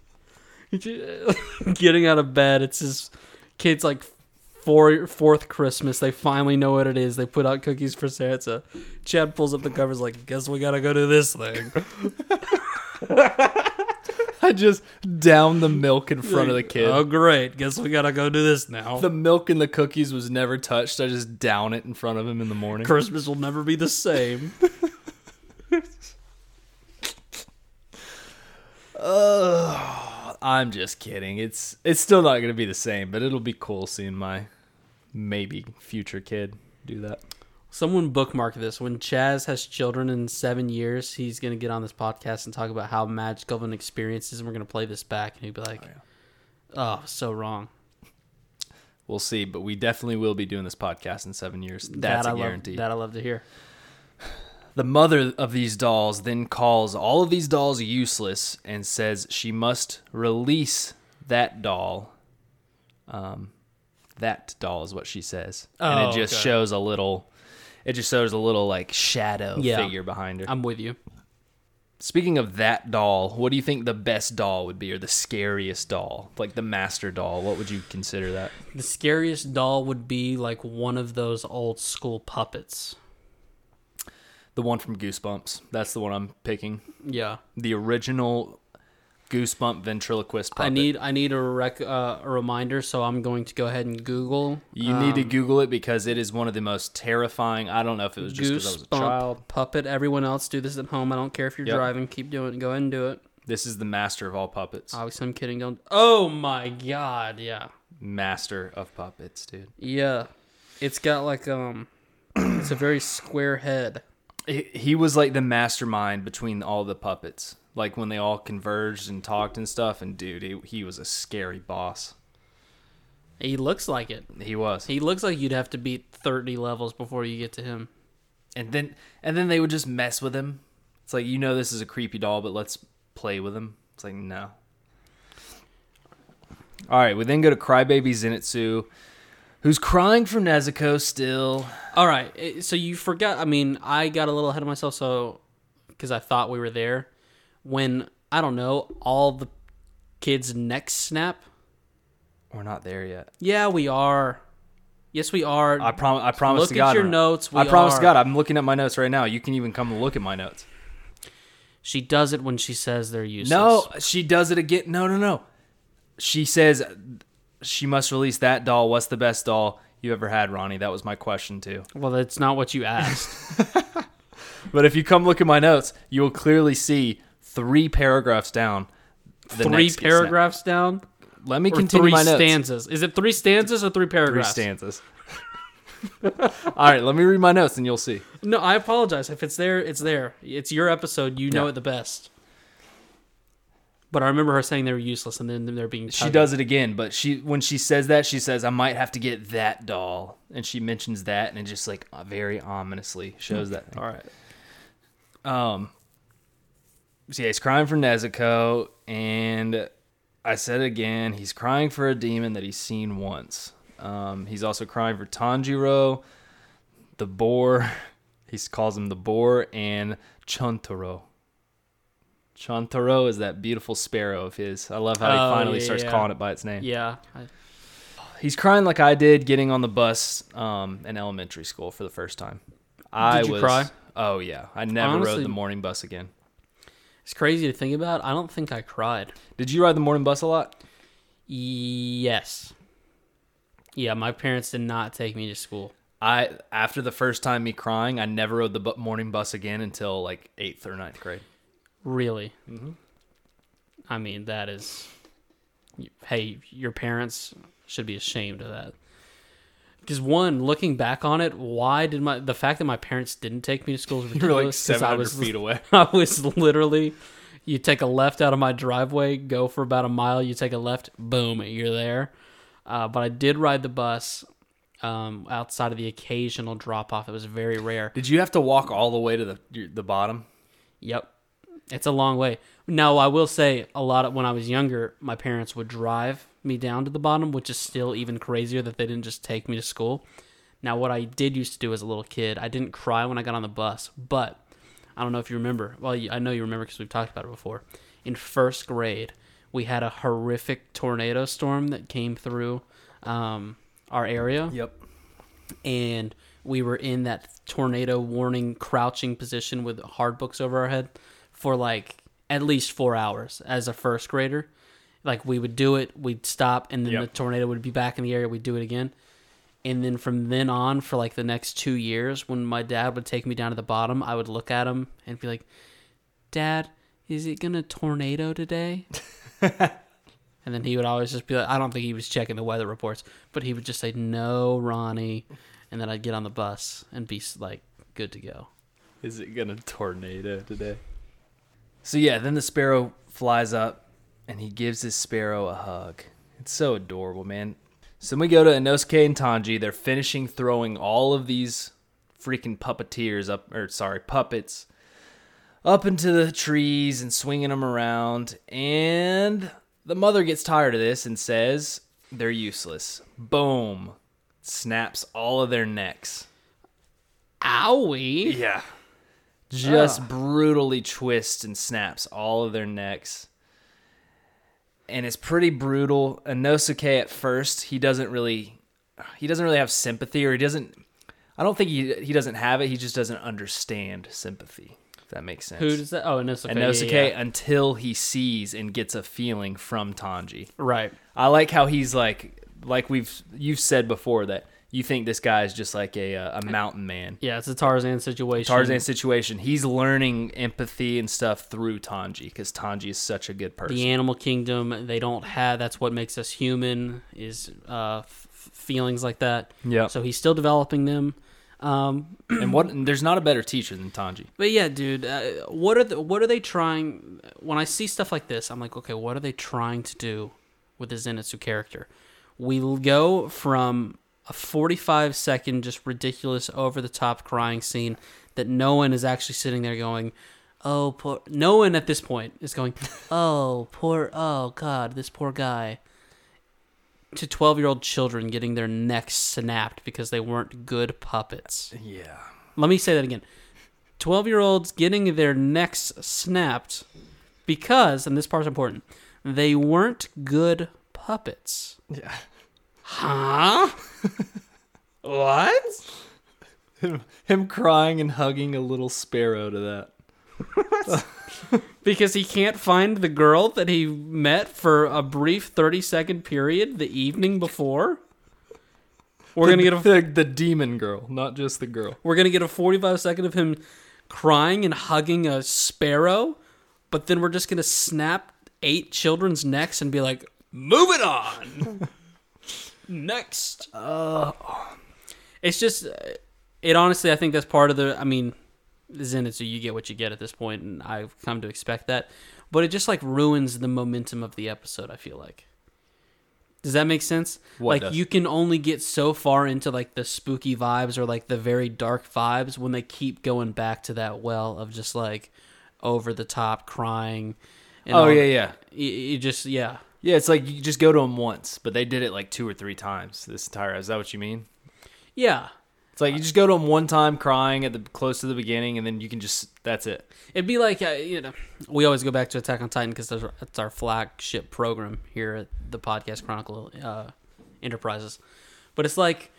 [laughs] getting out of bed. It's his kid's like four, fourth Christmas. They finally know what it is. They put out cookies for Santa. Chad pulls up the covers like, guess we gotta go do this thing. [laughs] I just down the milk [laughs] in front of the kid. Oh great, guess we gotta go do this now. The milk and the cookies was never touched. I just down it in front of him in the morning. [laughs] Christmas will never be [laughs] the same. Ugh, I'm just kidding. It's it's still not gonna be the same, but it'll be cool seeing my maybe future kid do that. Someone bookmark this. When Chaz has children in seven years, he's gonna get on this podcast and talk about how magical of an experience is, and we're gonna play this back, and he'll be like, "Oh, so wrong." We'll see, but we definitely will be doing this podcast in seven years. That's That's that a I guarantee. Love, that I love to hear. The mother of these dolls then calls all of these dolls useless and says she must release that doll. Um, that doll is what she says, and Oh, it just okay. shows a little. It just shows a little like shadow Yeah. figure behind her. I'm with you. Speaking of that doll, what do you think the best doll would be, or the scariest doll, like the master doll? What would you consider that? The scariest doll would be like one of those old school puppets. The one from Goosebumps. That's the one I'm picking. Yeah, The original Goosebump ventriloquist puppet. I need I need a rec uh, a reminder, so I'm going to go ahead and Google uh, You need um, to Google it because it is one of the most terrifying. I don't know if it was just because I was a child. goosebump puppet. Everyone else do this at home. I don't care if you're Yep. driving. Keep doing it. Go ahead and do it. This is the master of all puppets. Obviously, I'm kidding. Don't. Oh my god. Yeah. master of puppets, dude. Yeah. It's got like um. [clears throat] It's a very square head. He- He was like the mastermind between all the puppets. Like when they all converged and talked and stuff. And dude, he, he was a scary boss. He looks like it. He was. He looks like you'd have to beat 30 levels before you get to him. and then and then they would just mess with him. It's like you know this is a creepy doll, but let's play with him. It's like no. All right, we then go to Crybaby Zenitsu, who's crying for Nezuko still. All right. eh, So you forgot. I mean, I got a little ahead of myself. So, because I thought we were there when, I don't know, all the kids' necks snap. We're not there yet. Yeah, we are. Yes, we are. I promise. I promise Look to at God. your I'm- notes, we I promise are. to God. I'm looking at my notes right now. You can even come look at my notes. she does it when she says they're useless. No, she does it again. No, no, no. She says she must release that doll. What's the best doll you ever had, Ronnie? That was my question too. Well, that's not what you asked. But if you come look at my notes, you will clearly see three paragraphs down. [laughs] the three next- paragraphs down? Let me Or continue three my notes. stanzas. Is it three stanzas or three Three paragraphs? stanzas. [laughs] All right, let me read my notes and you'll see. No, I apologize. If it's there, it's there. It's your episode. You know Yeah. it the best. But I remember her saying they were useless, and then they're being. She tugged. does it again, but she when she says that, she says, "I might have to get that doll," and she mentions that, and it just like very ominously shows that. Thing. All right. So yeah, he's crying for Nezuko, and I said again, he's crying for a demon that he's seen once. Um, he's also crying for Tanjiro, the boar. [laughs] He calls him the boar, and Chontaro. Chontaro is that beautiful sparrow of his. I love how he Oh, finally yeah, starts yeah. calling it by its name. Yeah. I- He's crying like I did getting on the bus um, in elementary school for the first time. I you was, cry? Oh yeah, I never Honestly- rode the morning bus again. It's crazy to think about. I don't think I cried. Did you ride the morning bus a lot? Yes. Yeah, my parents did not take me to school. I after the first time me crying, I never rode the bu- morning bus again until like eighth or ninth grade. Really? Mm-hmm. I mean, that is. Hey, your parents should be ashamed of that. Because one, looking back on it, why did my the fact that my parents didn't take me [laughs] to school is You were like ridiculous. 'cause seven I hundred was feet away. [laughs] I was literally, you take a left out of my driveway, go for about a mile, you take a left, boom, you're there. Uh, but I did ride the bus um, outside of the occasional drop off. It was very rare. Did you have to walk all the way to the your- the bottom? Yep. It's a long way. Now, I will say a lot of when I was younger, my parents would drive me down to the bottom, which is still even crazier that they didn't just take me to school. Now, what I did used to do as a little kid, I didn't cry when I got on the bus, but I don't know if you remember. Well, you- I know you remember because we've talked about it before. In first grade, we had a horrific tornado storm that came through um, our area Yep. and we were in that tornado warning crouching position with hard books over our head for like at least four hours as a first grader. Like we would do it, we'd stop, and then Yep. the tornado would be back in the area. We'd do it again, and then from then on for like the next two years, when my dad would take me down to the bottom, I would look at him and be like, "Dad, is it gonna tornado today?" And then he would always just be like, I don't think he was checking the weather reports, but he would just say, no, Ronnie. And then I'd get on the bus and be like, good to go. Is it gonna tornado today? So yeah, then the sparrow flies up and he gives his sparrow a hug. It's so adorable, man. So then we go to Inosuke and Tanji. They're finishing throwing all of these freaking puppeteers up, or sorry, puppets up into the trees and swinging them around. And the mother gets tired of this and says they're useless. Boom. Snaps all of their necks Owie. yeah just brutally twists and snaps all of their necks and it's pretty brutal inosuke at first he doesn't really he doesn't really have sympathy or he doesn't i don't think he, he doesn't have it he just doesn't understand sympathy if that makes sense Who does that? Oh, Inosuke. inosuke yeah, yeah. until he sees and gets a feeling from tanji Right. I like how he's like, like we've you've said before that you think this guy is just like a uh, a mountain man. Yeah, it's a Tarzan situation. Tarzan situation. He's learning empathy and stuff through Tanji because Tanji is such a good person. The animal kingdom, they don't have, that's what makes us human, is uh, f- feelings like that. Yeah. So he's still developing them. Um, and what? and there's not a better teacher than Tanji. But yeah, dude, uh, what are the, what are they trying? When I see stuff like this, I'm like, okay, what are they trying to do with the Zenitsu character? We l- go from a 45 second, just ridiculous, over the top crying scene that no one is actually sitting there going, oh, poor. No one at this point is going, oh, poor, oh, God, this poor guy. To 12 year old children getting their necks snapped because they weren't good puppets. Yeah. Let me say that again. 12 year olds getting their necks snapped because, and this part's important, they weren't good puppets. Yeah. [laughs] Huh? What? Him, him crying and hugging a little sparrow to that. Because he can't find the girl that he met for a brief 30 second period the evening before. We're going to get a the, the demon girl, not just the girl. We're gonna get a 45 second of him crying and hugging a sparrow, but then we're just gonna snap eight children's necks and be like, "Move it on." Next, Uh, it's just uh, it. Honestly, I think that's part of the. I mean, Zenitsu, you get what you get at this point, and I've come to expect that. But it just like ruins the momentum of the episode. I feel like. Does that make sense? What like does? you can only get so far into like the spooky vibes or like the very dark vibes when they keep going back to that well of just like over the top crying. And Oh all- yeah, yeah, You, you just yeah. yeah. It's like you just go to him once, but they did it like two or three times this entire. Is that what you mean? Yeah. It's like you just go to them one time crying at the close to the beginning, and then you can just that's it. It'd be like, uh, you know, we always go back to Attack on Titan because that's our flagship program here at the Podcast Chronicle uh, Enterprises. But it's like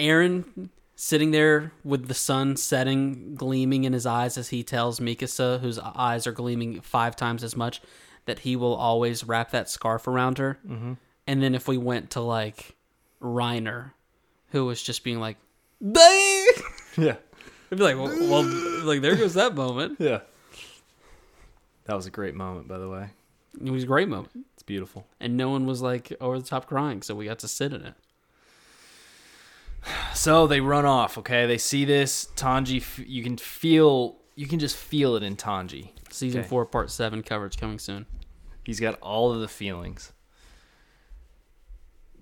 Aaron sitting there with the sun setting, gleaming in his eyes as he tells Mikasa, whose eyes are gleaming five times as much, that he will always wrap that scarf around her. Mm-hmm. And then if we went to like Reiner, who was just being like, "Bang," [laughs] Yeah. I'd be like, well, well, like there goes that moment. Yeah. That was a great moment, by the way. It was a great moment. It's beautiful. and no one was like over the top crying, so we got to sit in it. So they run off. Okay, they see this Tanji. f- You can feel. You can just feel it in Tanji. Season Okay. four, part seven coverage coming soon. He's got all of the feelings.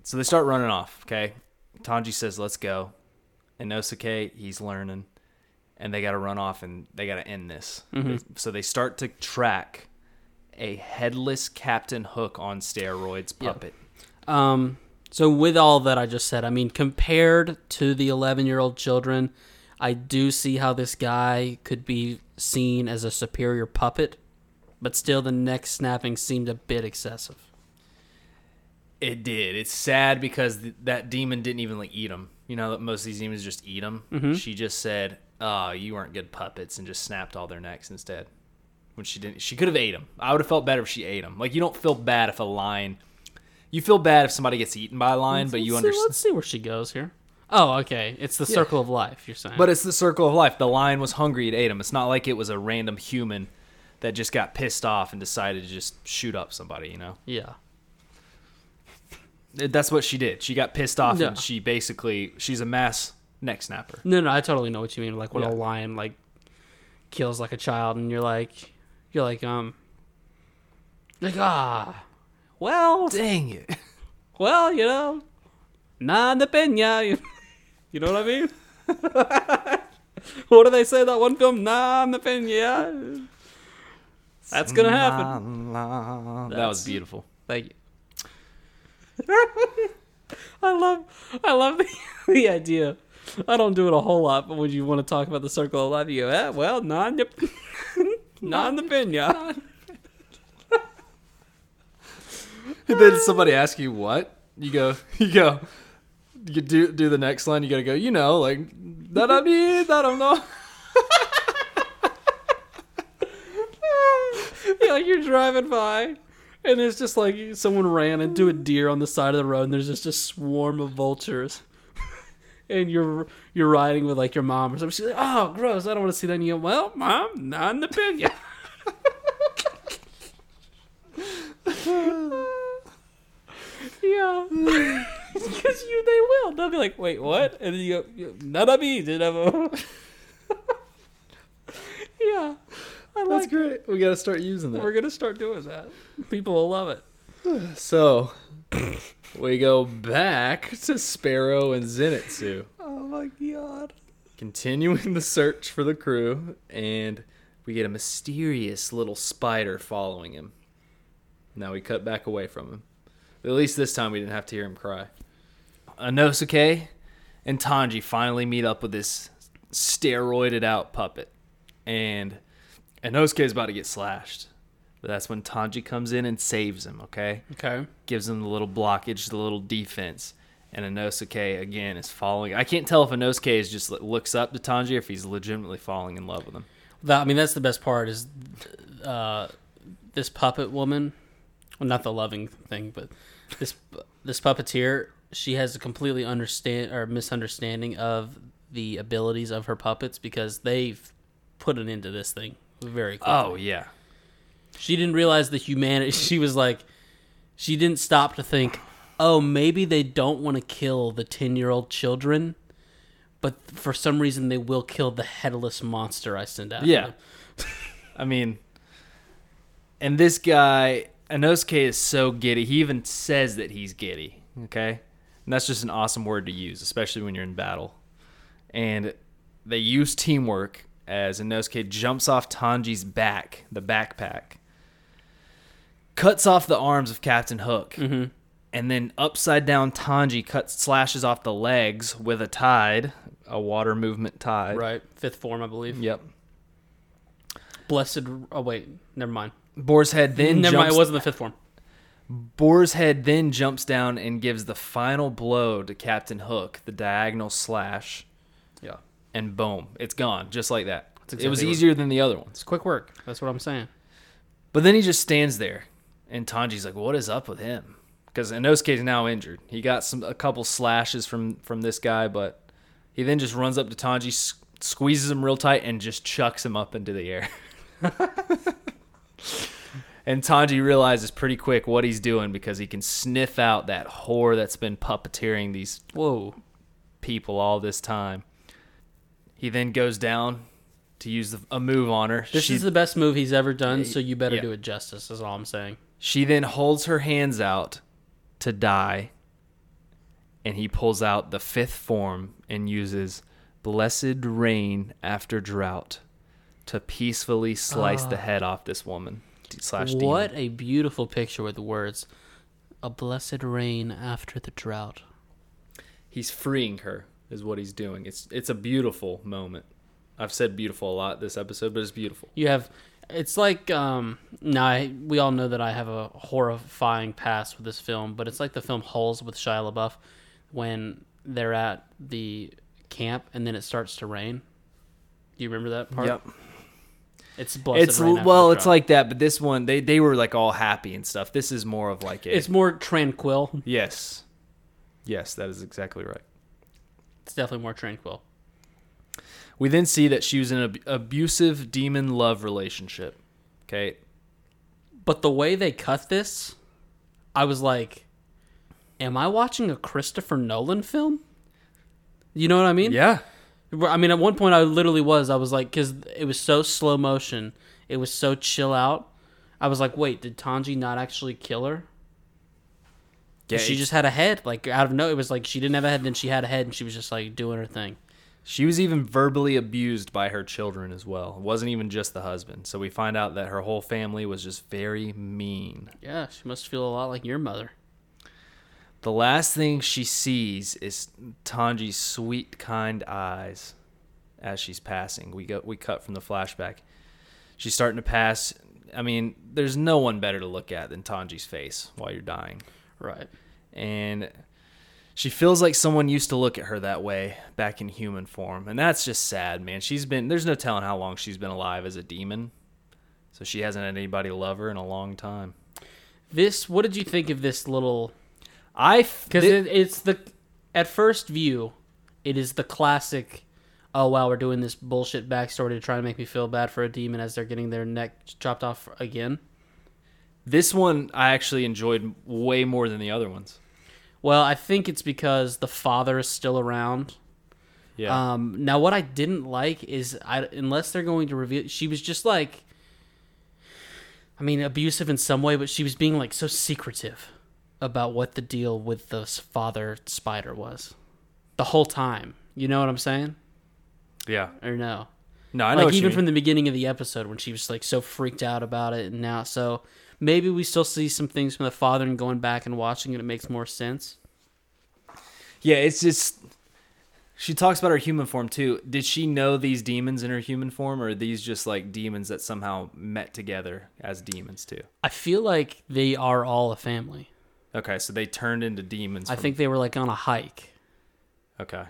So they start running off, okay? Tanji says, let's go. And Nosuke, he's learning. And they got to run off and they got to end this. They- so they start to track a headless Captain Hook on steroids puppet. Um, so with all that I just said, I mean, compared to the eleven-year-old children, I do see how this guy could be seen as a superior puppet, but still, the neck snapping seemed a bit excessive. It did. It's sad because th- that demon didn't even like eat him. You know that most of these demons just eat them. Mm-hmm. She just said, "Oh, you weren't good puppets," and just snapped all their necks instead. When she didn't, she could have ate them. I would have felt better if she ate them. Like you don't feel bad if a lion. You feel bad if somebody gets eaten by a lion, but you Let's see- understand. Let's see where she goes here. Oh, okay. It's the circle of life. You're saying, But it's the circle of life. The lion was hungry; it ate him. It's not like it was a random human that just got pissed off and decided to just shoot up somebody. You know. yeah, that's what she did. She got pissed off Yeah. and she basically she's a mass neck snapper. No, no, I totally know what you mean. Like when Yeah. a lion like kills like a child, and you're like, you're like, um, like ah, well, Dang it. well, you know, nada pena. You, [laughs] you know what I mean? [laughs] what do they say in that one film? Nada pena. That's gonna happen. That was beautiful. Thank you. [laughs] I love, I love the, [laughs] the idea. I don't do it a whole lot, but when you want to talk about the circle of life, you go, eh, well, non, [laughs] non the pina. [laughs] then somebody asks you what? You go you go you do do the next line, you gotta go, you know, like that I need, that I know. yeah, like [laughs] you're driving by, and it's just like someone ran into a deer on the side of the road, and there's just a swarm of vultures. [laughs] And you're you're riding with like your mom or something. She's like, "Oh, gross! I don't want to see that." And you go, "Well, mom, non the [laughs] pina." [laughs] Yeah. Because you, they will. They'll be like, wait, what? And then you go, nada me, did [laughs] Yeah. I [laughs] That's like great. We gotta start using that. We're going to start doing that. People will love it. So we go back to Sparrow and Zenitsu. Oh my god. continuing [laughs] the search for the crew, and we get a mysterious little spider following him. Now we cut back away from him. At least this time we didn't have to hear him cry. Anosuke and Tanji finally meet up with this steroided out puppet, and Anosuke is about to get slashed. But that's when Tanji comes in and saves him, okay? Okay. gives him the little blockage, the little defense. And Inosuke again is falling. I can't tell if Inosuke is just like, looks up to Tanji or if he's legitimately falling in love with him. That, I mean, that's the best part is uh, this puppet woman. Well, not the loving thing, but this this puppeteer. She has a completely understand or misunderstanding of the abilities of her puppets because they've put an end to this thing very quickly. Oh yeah, She didn't realize the humanity. [laughs] She was like, she didn't stop to think, oh, maybe they don't want to kill the 10 year old children, but for some reason they will kill the headless monster I send out. yeah. [laughs] I mean, and this guy Inosuke is so giddy. He even says that he's giddy. Okay, and that's just an awesome word to use, especially when you're in battle. And they use teamwork as Inosuke jumps off Tanji's back, the backpack, cuts off the arms of Captain Hook, and then upside down Tanji cuts slashes off the legs with a tide, a water movement tide. Right. Fifth form, I believe. Yep. Blessed. Oh, wait. Never mind. Boar's head then Never mind. jumps It wasn't the fifth form. Boar's head then jumps down and gives the final blow to Captain Hook, the diagonal slash, Yeah. and boom, it's gone, just like that. exactly it was what- easier than the other ones. It's quick work. That's what I'm saying. But then he just stands there, and Tanji's like, "What is up with him?" Because Inosuke's now injured. He got some a couple slashes from from this guy, but he then just runs up to Tanji, s- squeezes him real tight, and just chucks him up into the air. [laughs] and Tanji realizes pretty quick what he's doing because he can sniff out that whore that's been puppeteering these Whoa. people all this time. He then goes down to use the, a move on her. This She- is the best move he's ever done, so you better yeah. do it justice, is all I'm saying. She then holds her hands out to die, and he pulls out the fifth form and uses blessed rain after drought to peacefully slice the head off this woman d- slash demon. Ah. What a beautiful picture with words. A blessed rain after the drought. He's freeing her is what he's doing. It's it's a beautiful moment. I've said beautiful a lot this episode, but it's beautiful. You have it's like um now I, we all know that I have a horrifying past with this film, but it's like the film Hulls with Shia LaBeouf when they're at the camp and then it starts to rain. Do you remember that part? It's blessed It's rain after well, the it's drought. like that, but this one they they were like all happy and stuff. This is more of like a it's more tranquil. yes. Yes, that is exactly right. It's definitely more tranquil. We then see that she was in an abusive demon love relationship. Okay. But the way they cut this, I was like, am I watching a Christopher Nolan film? You know what I mean? Yeah. I mean, at one point, I literally was. I was like, because it was so slow motion, it was so chill out. I was like, wait, did Tanji not actually kill her? Yeah. she just had a head, like out of no. It was like she didn't have a head, then she had a head, and she was just like doing her thing. she was even verbally abused by her children as well. It wasn't even just the husband. So we find out that her whole family was just very mean. Yeah, she must feel a lot like your mother. The last thing she sees is Tanji's sweet, kind eyes as she's passing. We go we cut from the flashback. She's starting to pass. I mean, there's no one better to look at than Tanji's face while you're dying. Right. and she feels like someone used to look at her that way back in human form and that's just sad man she's been there's no telling how long she's been alive as a demon so she hasn't had anybody love her in a long time This. What did you think of this little? i f- Because thi- it, it's the at first view, it is the classic. Oh wow, we're doing this bullshit backstory to try to make me feel bad for a demon as they're getting their neck chopped off again. this one i actually enjoyed way more than the other ones Well, I think it's because the father is still around. yeah Um, now, what I didn't like is, I, unless they're going to reveal, she was just like, I mean, abusive in some way, but she was being like so secretive about what the deal with the s- father spider was the whole time. You know what I'm saying? yeah Or no? no i know like what you even mean. from the beginning of the episode when she was like so freaked out about it, and now so maybe we still see some things from the father and going back and watching it, it makes more sense. yeah it's just she talks about her human form too did she know these demons in her human form or are these just like demons that somehow met together as demons too I feel like they are all a family. okay so they turned into demons I from think they were like on a hike. Okay.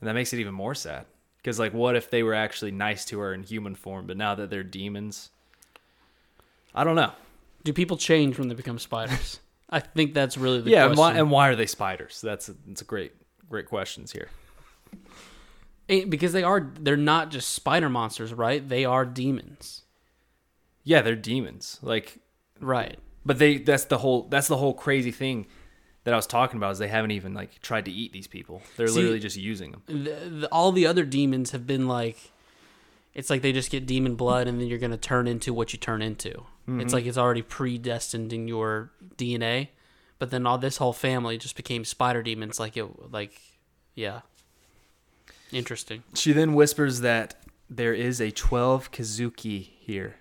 And that makes it even more sad. Because, like, what if they were actually nice to her in human form, but now that they're demons? I don't know. Do people change when they become spiders? [laughs] I think that's really the yeah, and question. why, and why are they spiders? That's it's a great, great questions here. Eh, because they are they're not just spider monsters, right? They are demons. Yeah, they're demons. Like, Right. but they that's the whole that's the whole crazy thing that I was talking about is they haven't even like tried to eat these people. They're See- literally just using them. The, the, all the other demons have been like it's like they just get demon blood and then you're going to turn into what you turn into. Mm-hmm. It's like it's already predestined in your DNA. But then all this whole family just became spider demons like it like yeah. Interesting. She then whispers that there is a 12 Kazuki here.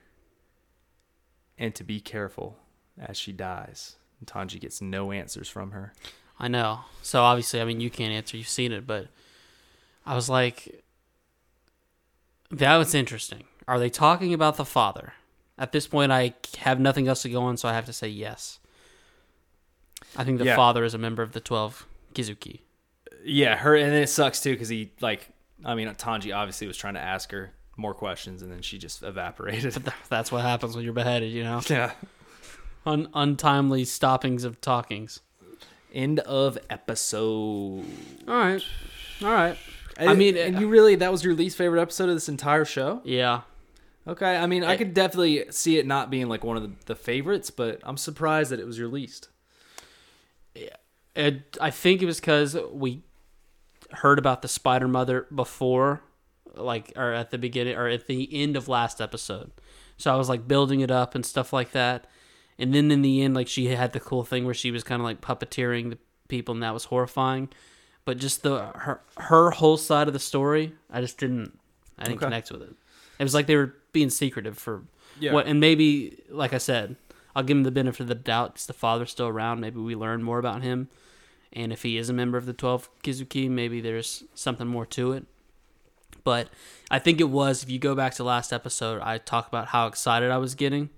And to be careful as she dies. And Tanji gets no answers from her. I know. So obviously, I mean, you can't answer. You've seen it, but I was like, that was interesting. Are they talking about the father? At this point, I have nothing else to go on, so I have to say yes. I think the Yeah. father is a member of the twelve Kizuki. Yeah, her and then it sucks too cuz he like I mean, Tanji obviously was trying to ask her more questions, and then she just evaporated. That's what happens when you're beheaded, you know? yeah. Un- untimely stoppings of talkings. End of episode. All right. All right. I mean, and you really that was your least favorite episode of this entire show. Yeah. Okay, I mean, I, could definitely see it not being like one of the, the favorites, but I'm surprised that it was your least. It, I think it was because we heard about the Spider Mother before, like, or at the beginning, or at the end of last episode. So I was like building it up and stuff like that. And then in the end, like, she had the cool thing where she was kind of like puppeteering the people, and that was horrifying. But just the her her whole side of the story, I just didn't I didn't Okay. connect with it. It was like they were being secretive for Yeah. what, and maybe like I said, I'll give him the benefit of the doubt. It's the father's still around. Maybe we learn more about him, and if he is a member of the Twelve Kizuki, maybe there's something more to it. But I think it was if you go back to last episode, I talked about how excited I was getting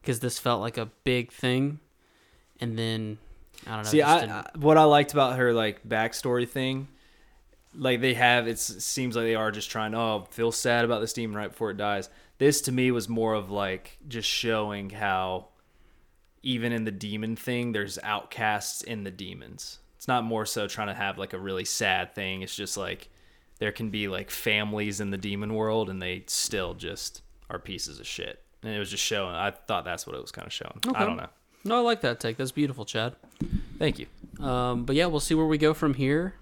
because this felt like a big thing, and then I don't know. See, just didn't- I, I what I liked about her like backstory thing, like they have it's- it seems like they are just trying to oh, feel sad about this demon right before it dies. This to me was more of like just showing how even in the demon thing, there's outcasts in the demons. It's not more so trying to have like a really sad thing. It's just like there can be like families in the demon world and they still just are pieces of shit. And it was just showing. I thought that's what it was kind of showing. I Okay. don't know. no, I like that take. That's beautiful, Chad. Thank you. Um, but yeah, we'll see where we go from here.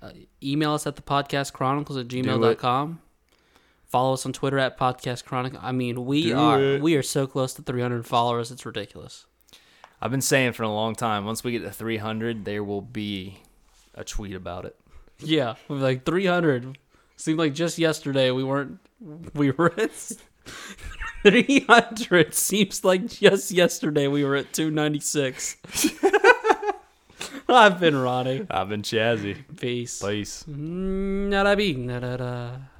Uh, email us at the podcast chronicles at gmail.com. Follow us on Twitter at podcast chronicle. I mean, we Do are it. we are so close to 300 followers. It's ridiculous. [laughs] I've been saying for a long time. Once we get to 300, there will be a tweet about it. Yeah, we're like 300. Seemed like just yesterday we weren't we were at [laughs] 300. Seems like just yesterday we were at 296. [laughs] I've been Ronnie. I've been Chazzy. Peace. Peace. Mm, nada bing, nada da.